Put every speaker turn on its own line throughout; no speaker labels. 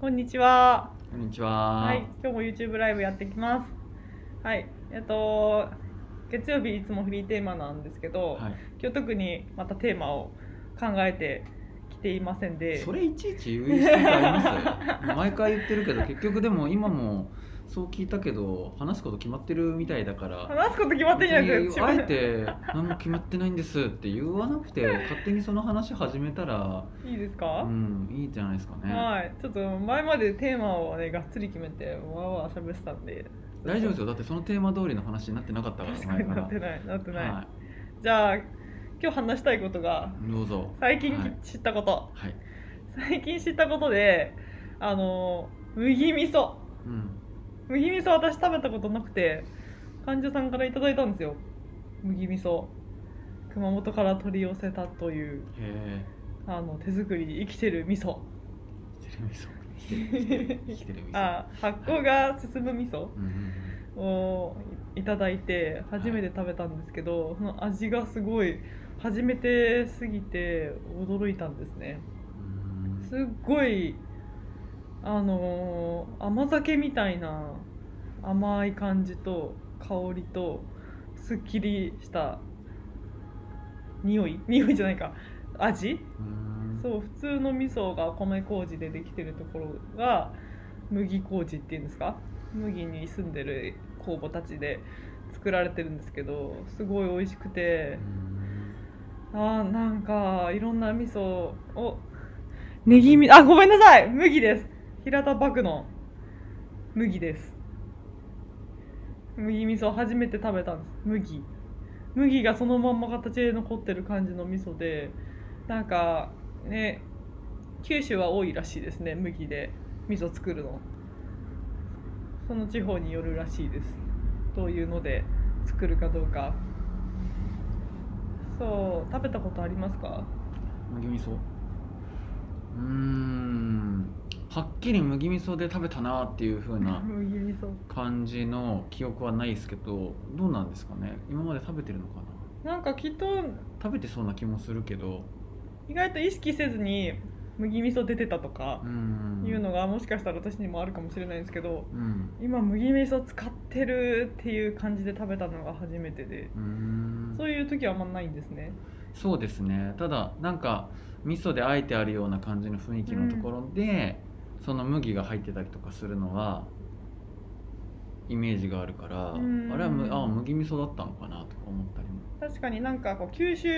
こんにちは。
こんにちは。
はい、今日も YouTube ライブやってきます。はい、えっと月曜日いつもフリーテーマなんですけど、
はい。
今日特にまたテーマを考えてきていませんで、
それいちいち言う必要あり ます毎回言ってるけど結局でも今もそう聞いたけど話すこと決まってるみたいだから
話すこと決まってんじゃなく
別にあえて何も決まってないんですって言わな くて勝手にその話始めたら
いいです
う
か？
んいいじゃないですかね、
はい、ちょっと前までテーマをねがっつり決めてわーわー喋ってたんで。
大丈夫ですよだってそのテーマ通りの話になってなかったから
確かになっ
前
てないなって
か
ない、
らは
じゃあ今日話したいことが
いどうぞ
最近
はい
知ったこと、
はい
最近知ったことであの麦味噌
うん
麦味噌私食べたことなくて患者さんからいただいたんですよ麦味噌熊本から取り寄せたという
へえ
あの手作り生きてる味噌
テレビそう生きてる生きてる味噌
あ発酵が進む味噌
うんうんうん
をいただいて初めて食べたんですけど、その味がすごい初めてすぎて驚いたんですね
うん
すっごいあのー甘酒みたいな甘い感じと香りとすっきりした匂い匂いじゃないか味
うん
そう普通の味噌が米麹でできてるところが麦麹っていうんですか麦に住んでる酵母たちで作られてるんですけどすごい美味しくて
うん
あーなんかいろんな味噌をネギみあごめんなさい麦です平田麦の麦です麦味噌初めて食べたんです麦麦がそのまんま形で残ってる感じの味噌でなんかね九州は多いらしいですね麦で味噌作るのその地方によるらしいですどういうので作るかどうかそう食べたことありますか
麦味噌うーんはっきり麦味噌で食べたなっていう風な
麦味噌
感じの記憶はないですけどどうなんですかね今まで食べてるのかな
なんかきっと
食べてそうな気もするけど
意外と意識せずに麦味噌出てたとか
うーん
いうのがもしかしたら私にもあるかもしれないんですけど
うん
今麦味噌使ってるっていう感じで食べたのが初めてで
うーん
そういう時はあんまないんですね
そうですねただなんか味噌であえてあるような感じの雰囲気のところで、その麦が入ってたりとかするのはイメージがあるから、
うん
あれはむあ麦味噌だったのかなとか思ったりも
確かになんかこう九州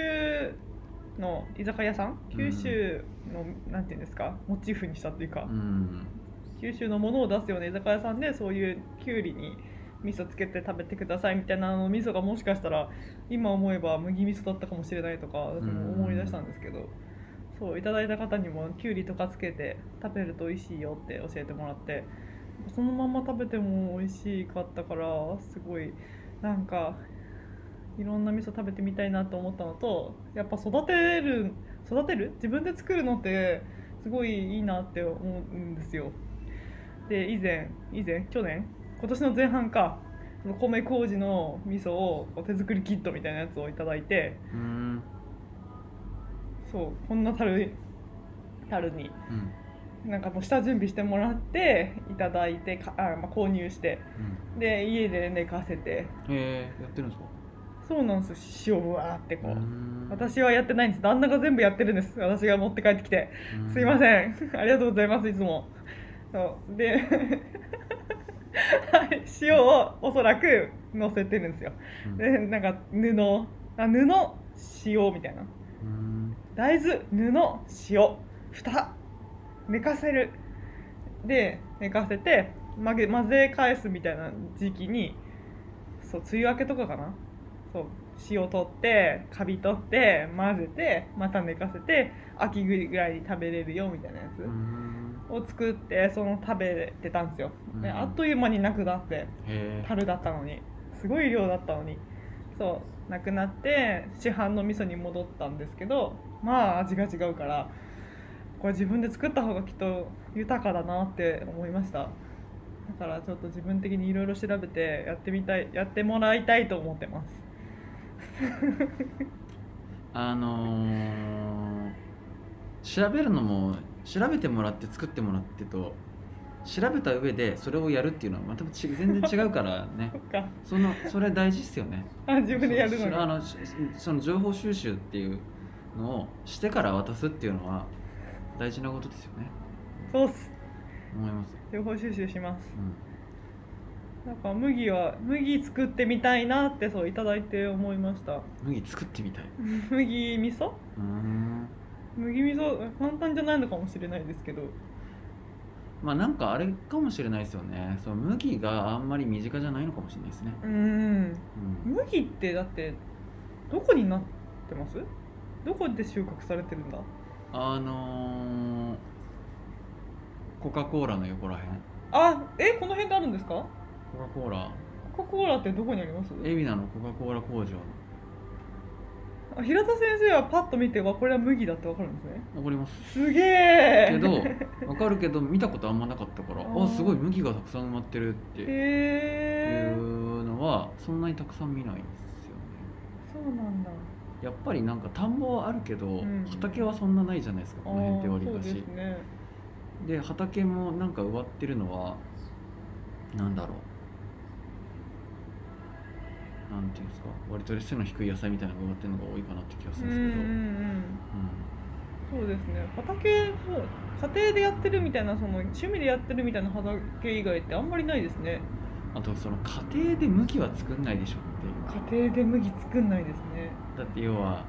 の居酒屋さん
うん
九州の、なんていうんですかモチーフにしたっていうか、
うん
九州のものを出すような居酒屋さんでそういうきゅうりに味噌つけて食べてくださいみたいなあの味噌がもしかしたら今思えば麦味噌だったかもしれないとか私も思い出したんですけどそういただいた方にもきゅうりとかつけて食べると美味しいよって教えてもらってそのまま食べても美味しかったからすごいなんかいろんな味噌食べてみたいなと思ったのとやっぱ育てる育てる自分で作るのってすごいいいなって思うんですよ。で以前以前去年今年の前半かその米麹の味噌をこう手作りキットみたいなやつをいただいて
うん
そうこんな樽に樽に
うん
なんかもう下準備してもらっていただいてかあ、まあ、購入して
うん
で家で寝かせて
えー、やってるんですか
そうなんですよ塩をわーってこう、
うん
私はやってないんです旦那が全部やってるんです私が持って帰ってきて
うん
すいません。ありがとうございます、いつも。そうで、はい塩をおそらく乗せてるんですよ。
うん
で、なんか布、あ布、塩みたいな。
うん
大豆、布、塩、蓋、寝かせる。で、寝かせて、混ぜ混ぜ返すみたいな時期に、そう、梅雨明けとかかな。そう塩取ってカビ取って混ぜてまた寝かせて秋ぐらいに食べれるよみたいなやつ、
うん
を作ってその食べてたんですよ、
うん
であっという間になくなって
へー
樽だったのにすごい量だったのにそうなくなって市販の味噌に戻ったんですけどまあ味が違うからこれ自分で作った方がきっと豊かだなって思いましただからちょっと自分的にいろいろ調べてやってみたいやってもらいたいと思ってます
あのー調べるのも調べてもらって作ってもらってと調べた上でそれをやるっていうのはまたち全然違うから ね
そっか
そのそれ大事っすよね
あ自分でやる
そ
の
う
が
あのしその情報収集っていうのをしてから渡すっていうのは大事なことですよね
そうっす
思います、
情報収集します
うん、
なんか麦は麦作ってみたいなってそういただいて思いました
麦作ってみたいう
麦味噌
ーん
麦味噌簡単じゃないのかもしれないですけど
まあなんかあれかもしれないですよねその麦があんまり身近じゃないのかもしれないですね、
うん
うん、
麦ってだってどこになってますどこで収穫されてるんだ
あのーコカ・コーラの横らへん
あえこの辺であるんですか
コカ・コーラ
コカ・コーラってどこにあります
海老名のコカ・コーラ工場
あ平田先生はパッと見てわこれは麦だってわかるんですね
わかります
すげえ
けどわかるけど見たことあんまなかったから
あ
あ
ー
すごい麦がたくさん埋まってるってい
へえ
うのはそんなにたくさん見ないですよね
そうなんだ
やっぱりなんか田んぼはあるけど、
ん
畑はそんなないじゃないですかこの辺って
あー
わりか
そうで
し
すね
で畑もなんか植わってるのはなんだろうなんていうんですか割と背の低い野菜みたいなのが植わってるのが多いかなって気がす
う
る
んうん
んですけど、うん
うんそうですね畑そう家庭でやってるみたいなその趣味でやってるみたいな畑以外ってあんまりないですね
あとその家庭で麦は作んないでしょっていう
家庭で麦作んないですね
だって要は、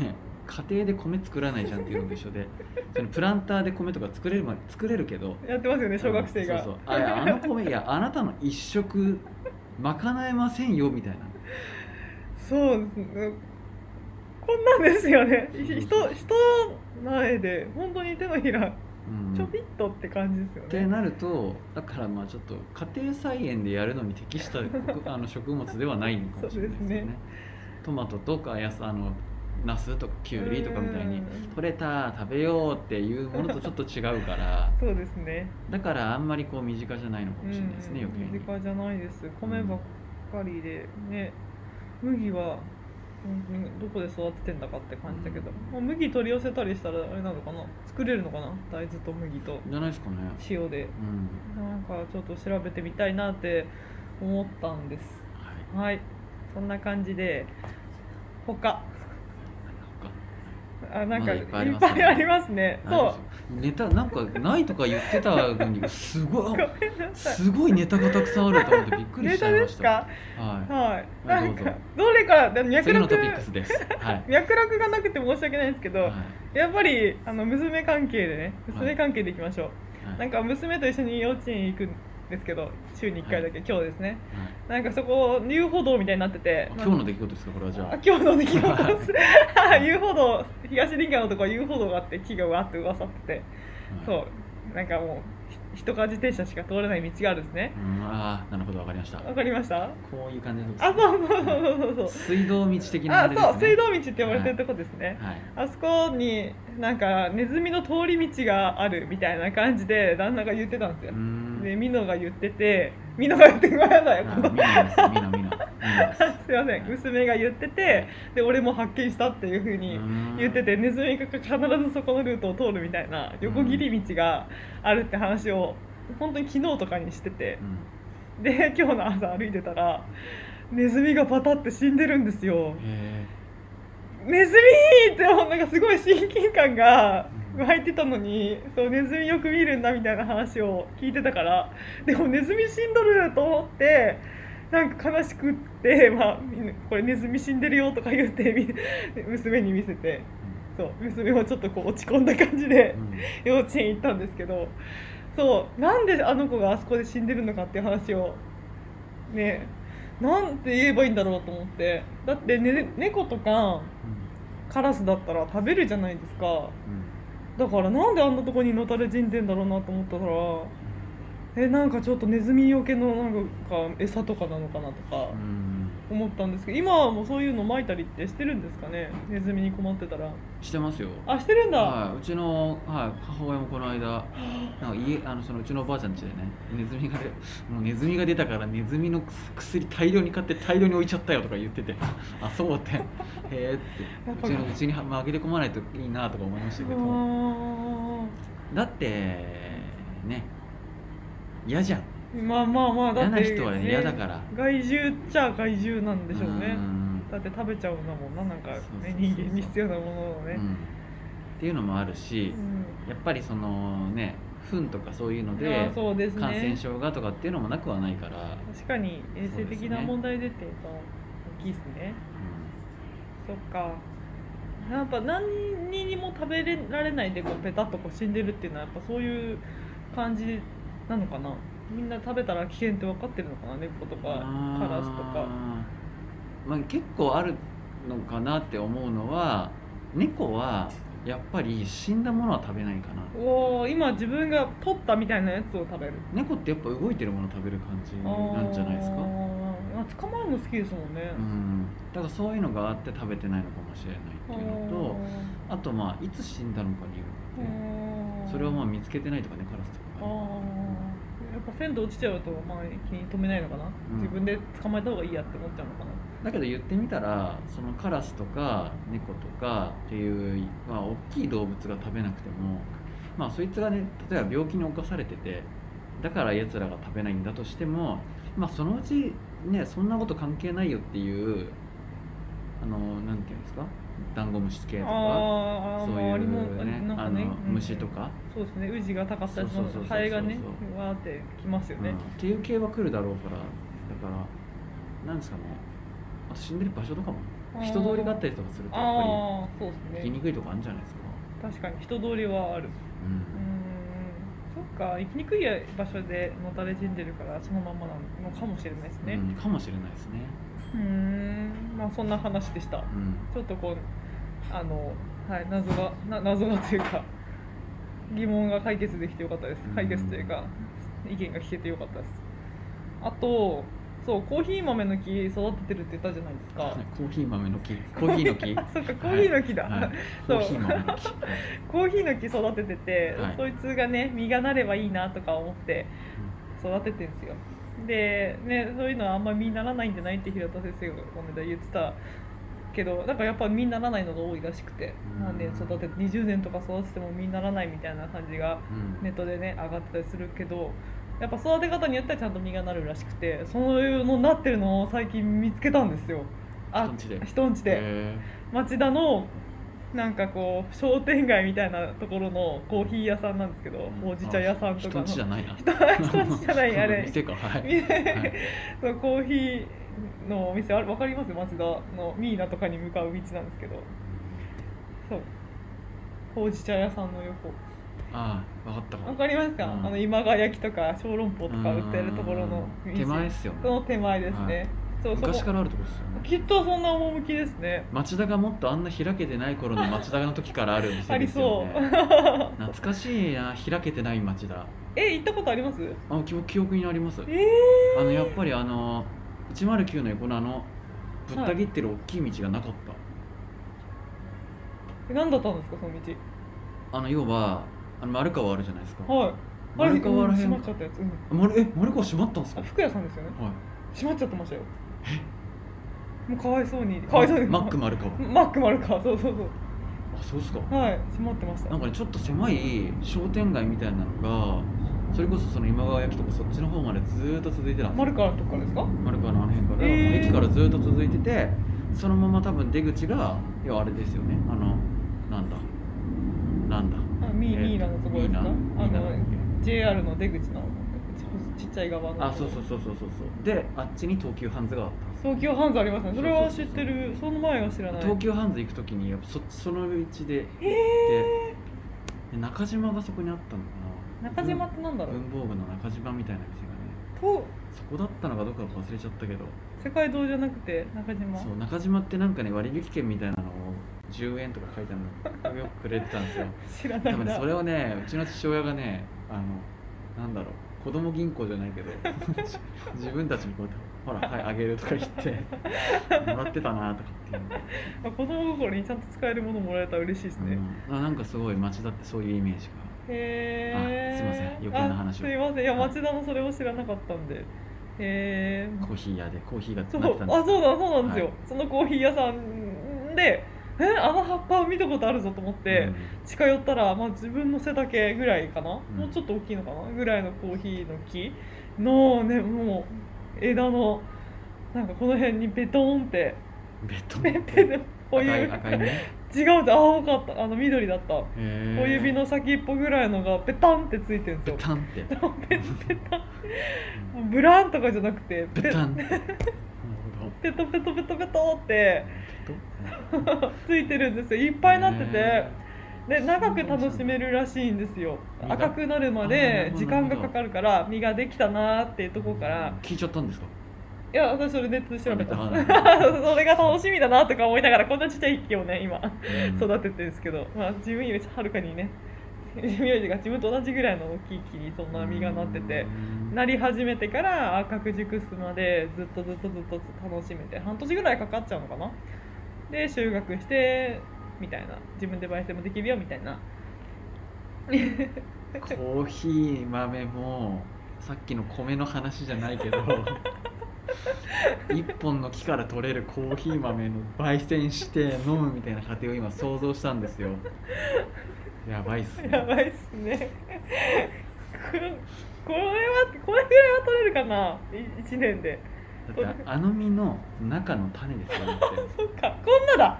ね、家庭で米作らないじゃんっていうのと一緒 でそのプランターで米とか作れるまで作れるけど
やってますよね小学生が
そうそうあいやあの米いやあなたの一食賄えませんよみたいな
そうですねこんなんですよね
そうそ
人
う
人前で本当に手のひら
うん
ちょびっとって感じですよ
っ
ね、
てなるとだからまあちょっと家庭菜園でやるのに適した あの食物ではないのかもしれないです
そう
よね
ですね
トマトとかやさあのナスとかキュウリとかみたいに
うん
取れた食べようっていうものとちょっと違うから
そうですね
だからあんまりこう身近じゃないのかもしれないですね、
うん
余計
身
に
近じゃないです米ばっかりでね麦は本当にどこで育ててんだかって感じだけど、まあ、麦取り寄せたりしたらあれなのかな作れるのかな大豆と麦と
じゃないですかね
塩で
うん
なんかちょっと調べてみたいなって思ったんです
はい
はいそんな感じで他
他
あなん
ま
か
だ
い
い
っ
っ
ぱ
ぱ
い
い
あ
あ
り
り
ますねそう
ネタなんかないとか言ってたのにすご
うご
い
めんなさい
すごいネタがたくさんあると思ってびっくり
ネ
しち
タ
ゃいま
で
し
す
た
か
は
はい
は
ないん
ど
か
うぞ
どれからでも
い
脈
次のト
絡
ピックスですはい、
脈絡がなくて申し訳ないんですけど、
はい
やっぱりあの娘関係でね娘関係でいきましょう、
はい
なんか娘と一緒に幼稚園行くんですけど週に1回だけ、今日ですね
はい
なんかそこ遊歩道みたいになってて
あ今日の出来事ですかこれはじゃ
あ
あ
今日の出来事です 遊歩道東林間のとこは遊歩道があって木がわーって噂ってて、
はい
そうなんかもうひ人か自転車しか通れない道があるんですね
うんああなるほどわかりました
わかりました
こういう感じのとこ
あそうそうそうそうそう
水道道的な
あ
あれです、ね、
そう水道道って呼ばれてるとこですね、
はい
あそこになんかネズミの通り道があるみたいな感じで旦那が言ってたんです
う
よ
ー、ん
でミノが言っててミノが言ってごめんなさ
あ
い
み んなですみんなみんなみんなです
すいません娘が言っててで俺も発見したっていうふう
う
に
ーん
言っててネズミが必ずそこのルートを通るみたいな横切り道があるって話を本当に昨日とかにしてて
うん
で今日の朝歩いてたらネズミがパタって死んでるんですよ
へ
ネズミってなんかすごい親近感が湧いてたのにそうネズミよく見るんだみたいな話を聞いてたからでもネズミ死んどると思ってなんか悲しくって、まあ、みんなこれネズミ死んでるよとか言ってみ 娘に見せて
え
そう娘もちょっとこう落ち込んだ感じで
うんうん
幼稚園行ったんですけどそうなんであの子があそこで死んでるのかっていう話をねなんて言えばいいんだろうと思ってだって、ね、猫とかカラスだったら食べるじゃないですか
うん
だからなんであんなとこにのたれ死んでんだろうなと思ったからえなんかちょっとネズミよけのなんか餌とかなのかなとか
うん
思ったんですけど今はもうそういうの撒いたりってしてるんですかねネズミに困ってたら
してますよ
あしてるんだ、
はいうちの、はい、母親もこの間なんか家あのそのうちのおばあちゃん家でねネズミがでもうネズミが出たからネズミの薬大量に買って大量に置いちゃったよとか言って てあそうってへえ
やっ
って
ぱ
うちのうちに紛れ込まないといいなとか思いましたけどだってね嫌じゃん
まあまあまあだ
嫌
っ
な
て
人は嫌だから
害獣っちゃ害獣なんでしょうね
ん
だって食べちゃうんだもんななんか、ね、
そうそうそうそう
人間に必要なものをね
う、んっていうのもあるし、やっぱりそのね糞とかそういうの
うんま
で
あそうですね
感染症がとかっていうのもなくはないから、
確かに衛生的な問題でっていうと大きいですねそっかやっぱ何にも食べられないでこうペタッとこう死んでるっていうのはやっぱそういう感じなのかなみんな食べたら危険って分かってるのかな猫とか
あ
カ
ー
ラスとか
まあ、結構あるのかなって思うのは猫はやっぱり死んだものは食べないかな
おお今自分が取ったみたいなやつを食べる
猫ってやっぱ動いてるもの食べる感じなんじゃないですか
あーあ捕まえるの好きですもんね
う、んだからそういうのがあって食べてないのかもしれないっていうのとあとまあいつ死んだのかによって
あー
それをまあ見つけてないとかねカラスと
あ
かね
ーやっぱ鮮度落ちちゃうと、まあ、気に留めないのかな、
うん
自分で捕まえた方がいいやって思っちゃうのかな
だけど言ってみたらそのカラスとか猫とかっていう、まあ、大きい動物が食べなくてもまあそいつがね例えば病気に侵されててだからやつらが食べないんだとしてもまあそのうちねそんなこと関係ないよっていうあのなんていうんですかダンゴムシ系とか
ああ
そう
周りも
いうね
なんか
あの
ねうん
虫とか、
そうですねウジが高かったりし
そう
ま
そう
す
そうそう
ハエがね
そう
わーってきますよ
うん
ね、
っていう系は来るだろうからだからなんですかねあと死んでる場所とかも
あー
人通りがあったりとかするとやっぱり。
ああそう
行
ですね
きにくいとこあるんじゃないですか。
確かに人通りはある
う
うー
ん。
んそっか行きにくい場所でのたれ死んでるからそのままなのかもしれないですね
うんかもしれないですね。
うーんまあそんな話でした
うん。
ちょっとこうあの、はい、謎がな謎がというか疑問が解決できてよかったです
うん
解決というか意見が聞けてよかったですあとそうコーヒー豆の木育ててるって言ったじゃないですか
コーヒー豆の 木。コーヒーの木。
あそっかコーヒーの木だ、
はい。コ
そう
ーヒー豆の木。はい
コーヒーの木育ててて、
はい
そいつがね実がなればいいなとか思って育ててるんですよで、ね、そういうのはあんま実ならないんじゃないって平田先生がこの間言ってたけどなんかやっぱ実ならないのが多いらしくて
うん
何年育てて20年とか育てても実ならないみたいな感じが
うん。
ネットでね上がってたりするけどやっぱ育て方によってはちゃんと実がなるらしくてそういうのになってるのを最近見つけたんですよあ
人んちで
人んちで
へ
町田のなんかこう商店街みたいなところのコーヒー屋さんなんですけど、
ー
おじ茶屋さんとか
人
の
んちじゃない な。
人んちじゃないあれ
店か。はい。
で そうコーヒーのお店あれわかります町田のミーナとかに向かう道なんですけどそうほうじ茶屋さんの横
ああ、わかったかも。
わかりますか、
うん
あの今川焼きとか小籠包とか売ってるところの
う
道
ん手前っすよね。
その手前ですね、
はい
そうそ
昔か
こ
らあるとこですよね。
きっとそんな趣ですね
町田がもっとあんな開けてない頃の町田の時からある
あ
店
り
です
そ
よ
う
ね。懐かしいな開けてない町田
え行ったことあります
あ記記憶にあります
ええ
あのやっぱりあの109の横のあのぶった切ってる大きい道がなかった、
ー、何だったんですかその道
あの要はあの丸川あるじゃないですか、
はいあれ
丸川らへん
閉まっちゃったやつ、うん
あ丸え丸川閉まったんですか
あ
はい
服屋さんですよね閉まっちゃってましたよもうかわいそうにかわいそうに
ママック丸川
マックもあるかそうそうそう
あそうっすか
はい閉まってました
なんかねちょっと狭い商店街みたいなのがそれこそその今川焼きとかそっちの方までずーっと続いてたんです
マ
よ
ルカのとこからですか
丸川のあの辺から、
えー
駅からずーっと続いててそのまま多分出口が要はあれですよねあのなんだなんだ
あミーミーナのところですかあ
ミーナミーナだっ
の
け
JR の出口のちちっちゃい側の
あそうそうそうそうそうそうであっちに東急ハンズがあったんですよ
東急ハンズありますねそれは知って
そう
るその前は知らない
東急ハンズ行く時にやっぱそそのうちで行って、で中島がそこにあったのかな
中島ってなんだろう
文房具の中島みたいな店がね
と
そこだったのかどうか忘れちゃったけど、
世界堂じゃなくて中島
そう中島ってなんかね割引券みたいなのを10円とか書いてあるのよくくれてたんですよ
知らな
多
い
分ね
な
それをねうちの父親がねあのなんだろう子供銀行じゃないけど 自分たちにこうやってほらはいあげるとか言ってもらってたなとかっていうので
あ子供心にちゃんと使えるものもらえたら嬉しいですね、
うん、あなんかすごい町だってそういうイメージ
へえ
あすいません余計な話を
すいませんいや
はい
町田もそれを知らなかったんでへえ
がコーヒー屋でコーヒーがなっ
そ
て
う
たんです
あそうだそうなんですよ、
はい
そのコーヒー屋さんでえあの葉っぱを見たことあるぞと思って、近寄ったら、まあ、自分の背丈ぐらいかな、
うん
もうちょっと大きいのかなぐらいのコーヒーの木のねもう枝のなんかこの辺にベトーンって
うん、ベッド
ペンペンで小
赤
指
い赤 いね
違うじゃん青かったあの緑だった小
小
指の先っぽぐらいのがペタンってついてるんです
ベ
よ
タンって
ペブランとかじゃなくて
ベ
ペ
タン ってなるほど
ペトペトペトペトって
ベトいっ
ついてるんですよいっぱいなっててで長く楽しめるらしいんですよ
実が
赤くなるま
あーなる
で
ほど
時間がかかるから実ができたなーっていうところから
聞いちゃったんですか
いや私それネットで調べたんです
あ
それが楽しみだなとか思いながらこんなちっちゃい木をね今
うん
育ててるんですけど、まあ、自分よりはるかにね 自分よりが自分と同じぐらいの大きい木にそんな実がなってて
うん
なり始めてから赤く熟すまでずっとずっとずっと楽しめて半年ぐらいかかっちゃうのかなで収穫してみたいな自分で焙煎もできるよみたいな
コーヒー豆もさっきの米の話じゃないけど一本の木から取れるコーヒー豆の焙煎して飲むみたいな過程を今想像したんですよやばいっすね
やばいっすねここれはこれぐらいは取れるかな1年で
だってあの実の中の種ですよだって
そっかこんなだ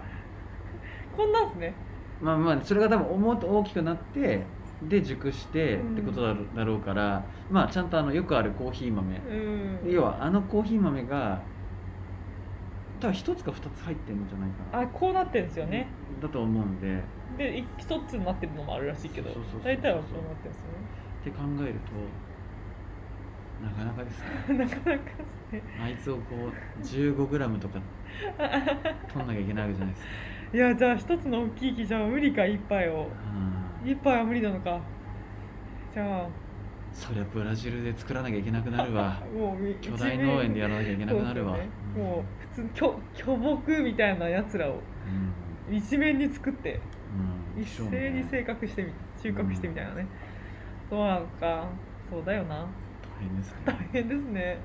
こんなんすね
まあまあそれが多分もっと大きくなってで熟してってことだろだろうから、まあちゃんとあのよくあるコーヒー豆
うん
要はあのコーヒー豆が多分一つか二つ入ってるんじゃないか
あ
な
こうなってるんですよね
だと思うんでっ
でい一つになってるのもあるらしいけど
そうそうそうそう
大体はそうなってるんですよ
て考えるとなかなかで すね
ねなかなかですね
あいつをこう 15g とか取んなきゃいけないわけじゃないですか
いやじゃあ一つの大きい木じゃ無理か一杯を
うん
一杯は無理なのかじゃ
そりゃブラジルで作らなきゃいけなくな るわ
あもう
巨大農園で
や
やらなきゃいけなくなるわ
もう普通に巨巨木みたいなやつらを
うん
一面に作って
うん
一斉に
大
収穫してみ収穫してみたいなね、そうなのかそうだよな
変ですね
大変ですね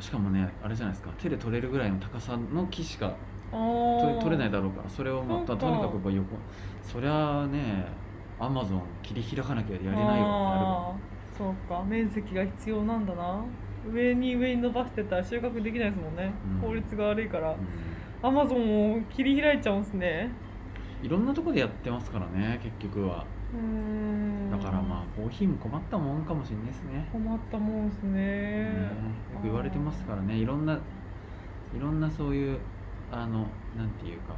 しかもねあれじゃないですか手で取れるぐらいの高さの木しか
あ
取
ー
取れないだろうからそれをま
そう
た
か
とにかくこう横そりゃあねアマゾン切り開かなきゃやれないよってなるわ
あーそうか面積が必要なんだな上に上に伸ばしてたら収穫できないですもんね、
うん
効率が悪いから
う
アマゾンを切り開いちゃうんですね
んいろんなとこでやってますからね結局は
うーん
だからまあコーヒーも困ったもんかもしれないですね
困ったもんです
ね
ね
よく言われてますからねいろんないろんなそういうあのなんていうか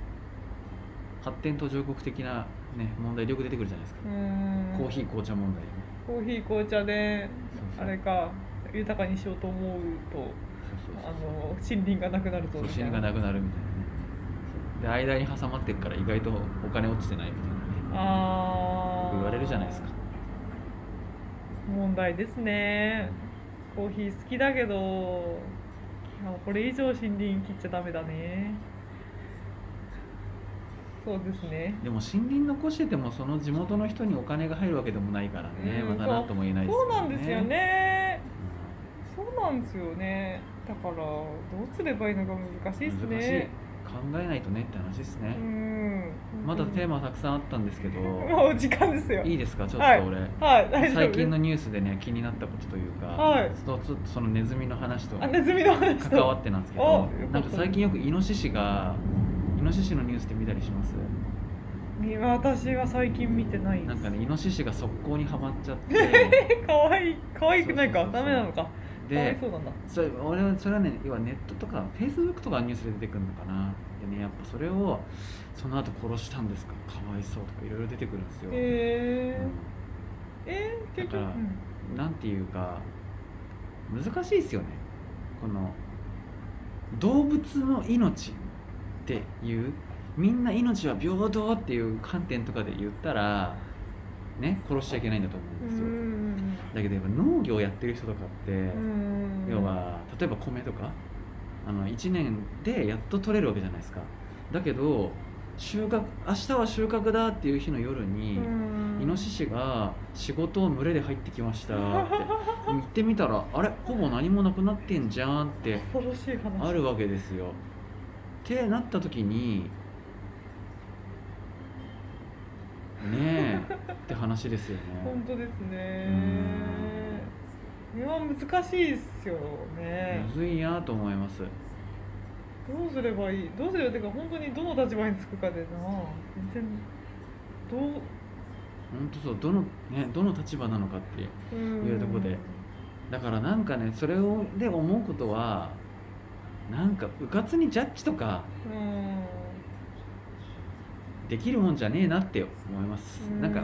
発展途上国的な、ね、問題よく出てくるじゃないです
う
か、
ーん
コーヒー紅茶問題
コーヒー紅茶で
そうそう
あれか豊かにしようと思うと
そうそうそうそう
あの森林がなくなるぞ
そう
み
死
たい
ぬが
な
なくなるみたいなねで間に挟まってるから意外とお金落ちてないみたいなね
あ
よ
あ
く言われるじゃないですか
問題ですねコーヒー好きだけどいやこれ以上森林切っちゃダメだねそうですね
でも森林残しててもその地元の人にお金が入るわけでもないからね、
うん
また何とも言えないです
そうなんですよね
う
そうなんですよねだからどうすればいいのか難しいで
ん
す
難しい
ね
考えないとねって話ですね
う、ん
まだテー
マ
マたくさんあったんですけど
もう時間ですよ
いいですかちょっと
はい
俺、
はい大丈夫
最近のニュースでね気になったことというか、
はい
そちょっとそのネズミの話と
あネズミの話と
関わってなんですけ
お
ど
よかった
なんか最近よくイノシシがイノシシのニュースって見たりします
いや私は最近見てないです
なんかねイノシシが速攻にはまっちゃって
かわいいかわいくないか
そうそうそうそう
ダメなのかかわい
で
そうなんだ
それ俺はそれはね要はネットとかフェイスブックとかのニュースで出てくるのかなでねやっぱそれをその後殺したんですかかわいそうとかいろいろ出てくるんですよ、
えー、
う
えー、結
だ
局、
から
うん
んなんていうか難しいですよねこの動物の命っていうみんな命は平等っていう観点とかで言ったらね殺しちゃいけないんだと思うんですよ、
ん
だけどやっぱ農業やってる人とかって、
うん
要は例えば米とかあの1年でやっと取れるわけじゃないですかだけど収穫明日は収穫だっていう日の夜に、イノシシが仕事を群れで入ってきましたっ て行ってみたらあれほぼ何もなくなってんじゃんって
恐ろしい話
あるわけですよ。ってなった時にねえって話ですよね
本当ですね
う
こ
ん
れは難しいですよね
むずいなと思います
どうすればいいどうすればっていうか本当にどの立場につくかでな全然どう
本当そうどの,、ね、どの立場なのかっていう
うん
いうとこでだからなんかねそれをで思うことはなんかうかつにジャッジとか
うん
できるもんじゃねえなって思います
う
なんか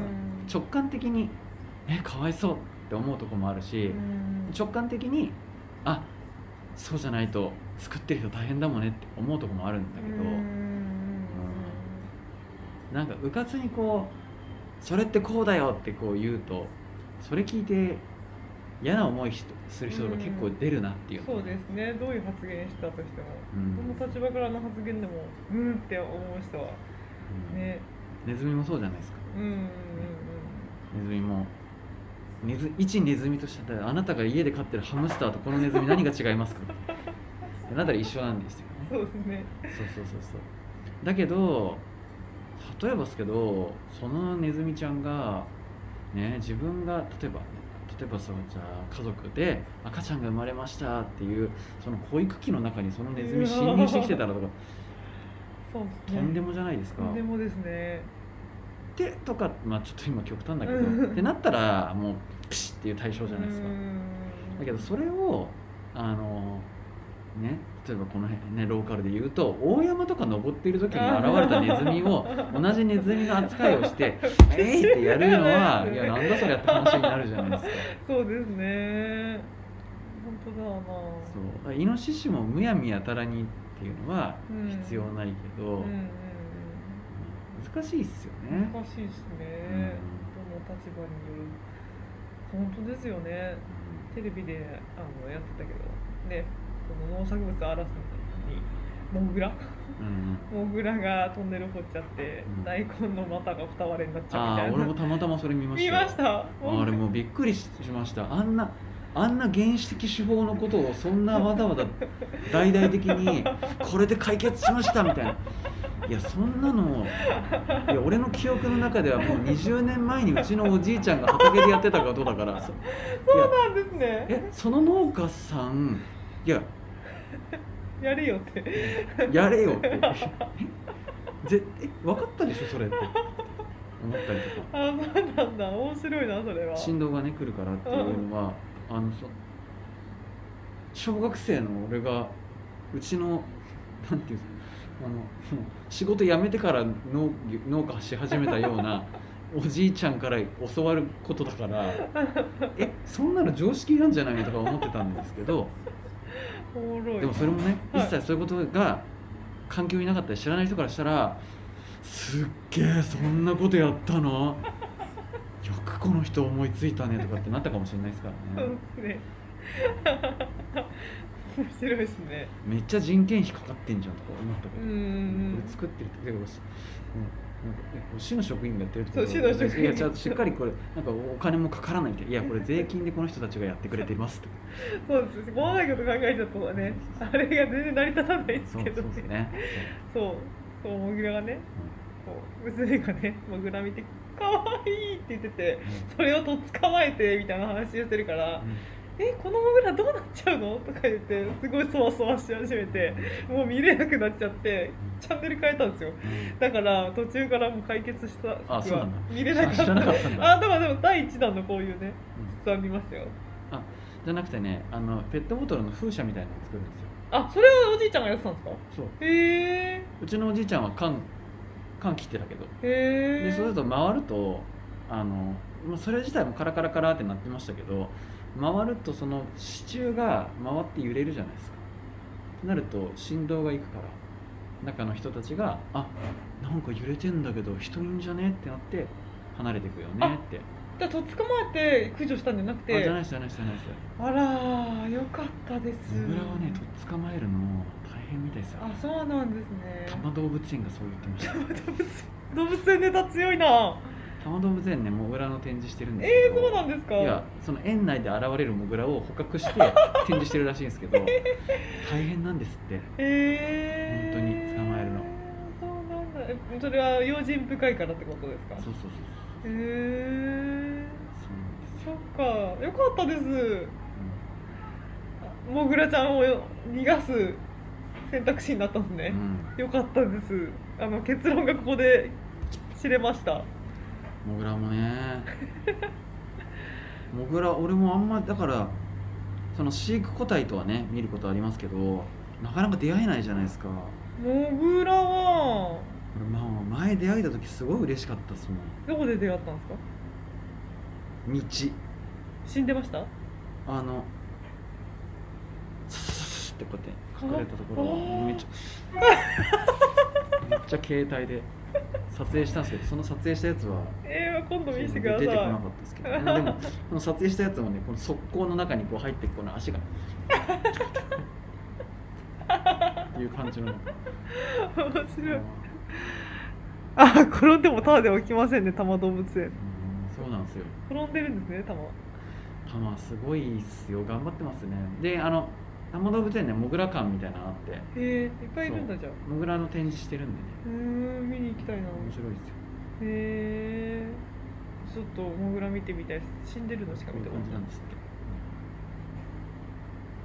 直感的にえかわいそうって思うとこもあるし
うん
直感的にあそうじゃないと作ってる人大変だもんねって思うとこもあるんだけど
うん
なんかうかつにこうそれってこうだよってこう言うとそれ聞いて嫌な思いしする人が結構出るなっていうのが
そうですねどういう発言したとしても
うん
どの立場からの発言でもうんって思う人は
うん
ね
ネズミもそうじゃないですか
うんうん
ネズミもネズ一ネズミとしてあなたが家で飼ってるハムスターとこのネズミ何が違いますかあ なたら一緒なんですよね
うんうんそうですね
そうそうそうそうだけど例えばですけどそのネズミちゃんがね自分が例えば例えばそのじゃあ家族で赤ちゃんが生まれましたっていうその保育器の中にそのネズミ侵入してきてたらとか
そうです
と
ね
んでもじゃないですか。
とんでもですね
でとかまあちょっと今極端だけ
うん
どってなったらもうプシッっていう対象じゃないですか
う。ん
だけどそれをあのね例えばこの辺ねローカルで言うと大山とか登っている時に現れたネズ ミを同じネズミの扱い をして「えい!」ってやるのは「いやなんだそれ」って話になるじゃないですか
そうですね本当だよな
そうだからイノシシもむやみやたらにっていうのは
うん
必要ないけど、
うんうんうん
難しいっすよね
難しいですねどの立場による本当ですよねテレビであのやってたけどねこの農作物荒らすのにモグラ
うん、うん
モグラがトンネル掘っちゃって、
うん
大根の股が二割れになっちゃうみ
あ
たい
あ
な
俺もたまたまそれ見ました
見
よ
ました
あれもうびっくりしましたあんなあんな原始的手法のことをそんなわざわざ大々的にこれで解決しましたみたいないやそんなのいや俺の記憶の中ではもう20年前にうちのおじいちゃんが畑でやってたことだからそい
そ
や
うなんですね
えその農家さんいや
やれよって
やれよってえぜえ分かったでしょそれって思ったりとか。
あそうなんだ面白いなそれは
振動がね来るからっていうのは、あのそ小学生の俺がうちのなんていうんですかあのもう仕事辞めてから農業農家し始めたようなおじいちゃんから教わることだからえそんなの常識なんじゃないのとか思ってたんですけど
おもろい
でもそれもね
はい
一切そういうことが環境になかったり知らない人からしたらすっげえそんなことやった のよくこの人思いついたねとかってなったかもしれないですか
そ
ら
う
ね
ですね 面白いですね
めっちゃ人件費かかってんじゃんとか思ったけ
う
ど、
んうんうん
これ作ってるってでもしうんなんかえ市の職員がやってるって
そう市の職員
いやちゃんとしっかりこれなんかお金もかからないみたいないやこれ税金でこの人たちがやってくれてますとか
そうです細かいこと考えちゃったらねあれが全然成り立たないです
そう
け
そ
ど
うです
ね
ね
そうそうモグラがねこう娘がねモグラ見て「かわいい!」って言っててそれをとっ捕まえてみたいな話をしてるから
うんうん
「えこのモグラどうなっちゃうの?」とか言ってすごいそわそわし始めてもう見れなくなっちゃってチャンネル変えたんですよ
うん
だから途中からもう解決した
あ
時
そうな
は
んだ
見れな
あ
かっ
知らな
た
かったんだ
あでもでも第1弾のこういうね
うん
実は見ましたよ
じゃなくてねあのペットボトルの風車みたいなの作るんですよ
あそれはおじいちゃんがやってたんですか
そう
へえ
うちのおじいちゃんは缶缶切ってたけど
へえ
でそうすると回るとあのまあそれ自体もカラカラカラってなってましたけど回るとその支柱が回って揺れるじゃないですかとなると振動がいくから中の人たちが「あなんか揺れてんだけど人いんじゃね?」ってなって離れていくよねって
だからとっ捕まえて駆除したんじゃなく
あじ
て
ゃな
あ
いですじゃないですじゃないです
らーよかったです
モグラはねとっ捕まえるの大変みたいですよ
あそうなんですね
多摩動物園がそう言ってました
動物動物園ネタ強いな
多摩動物園ねモグラの展示してるんです
え
け
ー、
ど、
そうなんですか
いやその園内で現れるモグラを捕獲して 展示してるらしいんですけど大変なんですって
えー、
本当に捕まえるの
そうなんだえそれは用心深いからってことですか
そうそうそ
へ
う
え
そうなんです
そっかよかったです
うん
もぐらちゃんを逃がす選択肢になったんですね、よかったですあの結論がここで知れました
うん、モグラ もねモグラ俺もあんまだからその飼育個体とはね見ることありますけどなかなか出会えないじゃないですか
もぐらは
俺、まあ、前出会えた時すごい嬉しかったっすもん
どこで出会ったんですか
道
死んでましたあ
あのサササササってこうやって隠れたところ
あ
めっちゃめっちゃ携帯で撮影したんですけどその撮影したやつは
えー、今度見せてくだ
出
さ
て
い
こなかったですけどでもその撮影したやつもねこの速攻の中にこう入ってこの足がっていう感じの
面白いあ転んでもタダで起きませんね多摩動物園
そうなんですよ
転んでるんですね多摩
たますごいっすよ頑張ってますねであの多摩動物園ねモグラ館みたいなのあって
へえー、いっぱいいるんだじゃあう
モグラの展示してるん
ー
でね
ん見に行きたいなへ
面白いっすよ
えー、ちょっとモグラ見てみたいです死んでるのしか
こう
見
いう
てな
感じないんですって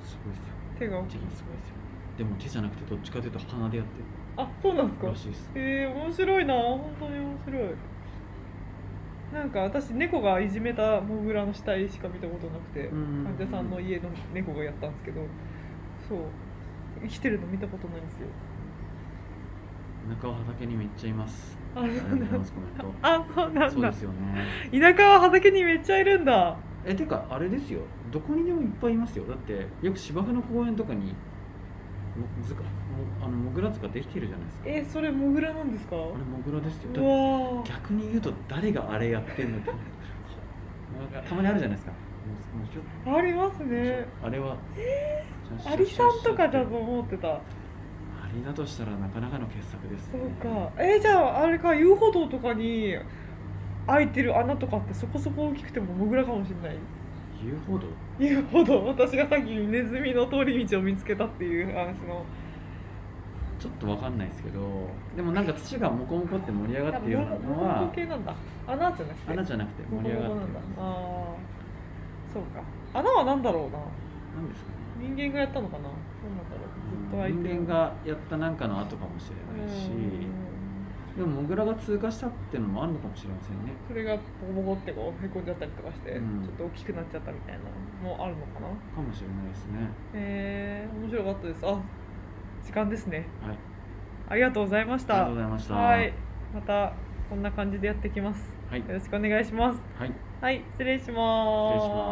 すごいっすよ
手が大きい
手がすごいっすよでも手じゃなくてどっちかというと鼻でやって
あそうなんです
る
から
しいっす
えー、面白いな本当に面白いなんか私猫がいじめたモグラの死体しか見たことなくて
うん
患者さんの家の猫がやったんですけどそう生きてるの見たことないんですよ
中尾畑にめっちゃいます。
あ
ありがとうございますコメント。
あ そうな
そ
ん
う
だ
ですよね。
田舎は畑にめっちゃいるんだ
えてかあれですよ。どこにでもいっぱいいますよ。だってよく芝生の公園とかにもずかもあのモグラ塚できてるじゃないですか。
えーそれモグラなんですか
あれモグラですよ。
う
だって
わー
逆に言うと誰があれやってんのって。なん かたまにあるじゃないですか。もうもうちょっと
ありますね
あれは。
アリさんとかだと思ってた
アリだとしたらなかなかの傑作です、ね。
そうかえーじゃああれか遊歩道とかに開いてる穴とかってそこそこ大きくてもモグラかもしれない
遊歩道。
言うほど私がさっきネズミの通り道を見つけたっていう話の
ちょっとわかんないですけど、でもなんか土がモコモコって盛り上がってるような
モ
の
コモ
は
コ、系なんだ穴じゃなくて
穴じゃなくて
モコ
盛り上
モ
が
コ
って
なん
る
だ
ような。
あーそうか穴は何だろうな
なんですかね。
人間がやったのかなそうなんだろうずっと開いてる
人間がやったなんかの後かもしれないし、でもモグラが通過したっていうのもあるのかもしれませんね。
それがボコボコってこうへこんじゃったりとかして、
うん
ちょっと大きくなっちゃったみたいなのもあるのかな
かもしれないですね。
へえ面白かったですあ時間ですね
はい。
ありがとうございまし
ありが
た
とうございました。
はいまたこんな感じでやってきます
はい。
よろしくお願いします
はい。
はい、失礼します。
失礼します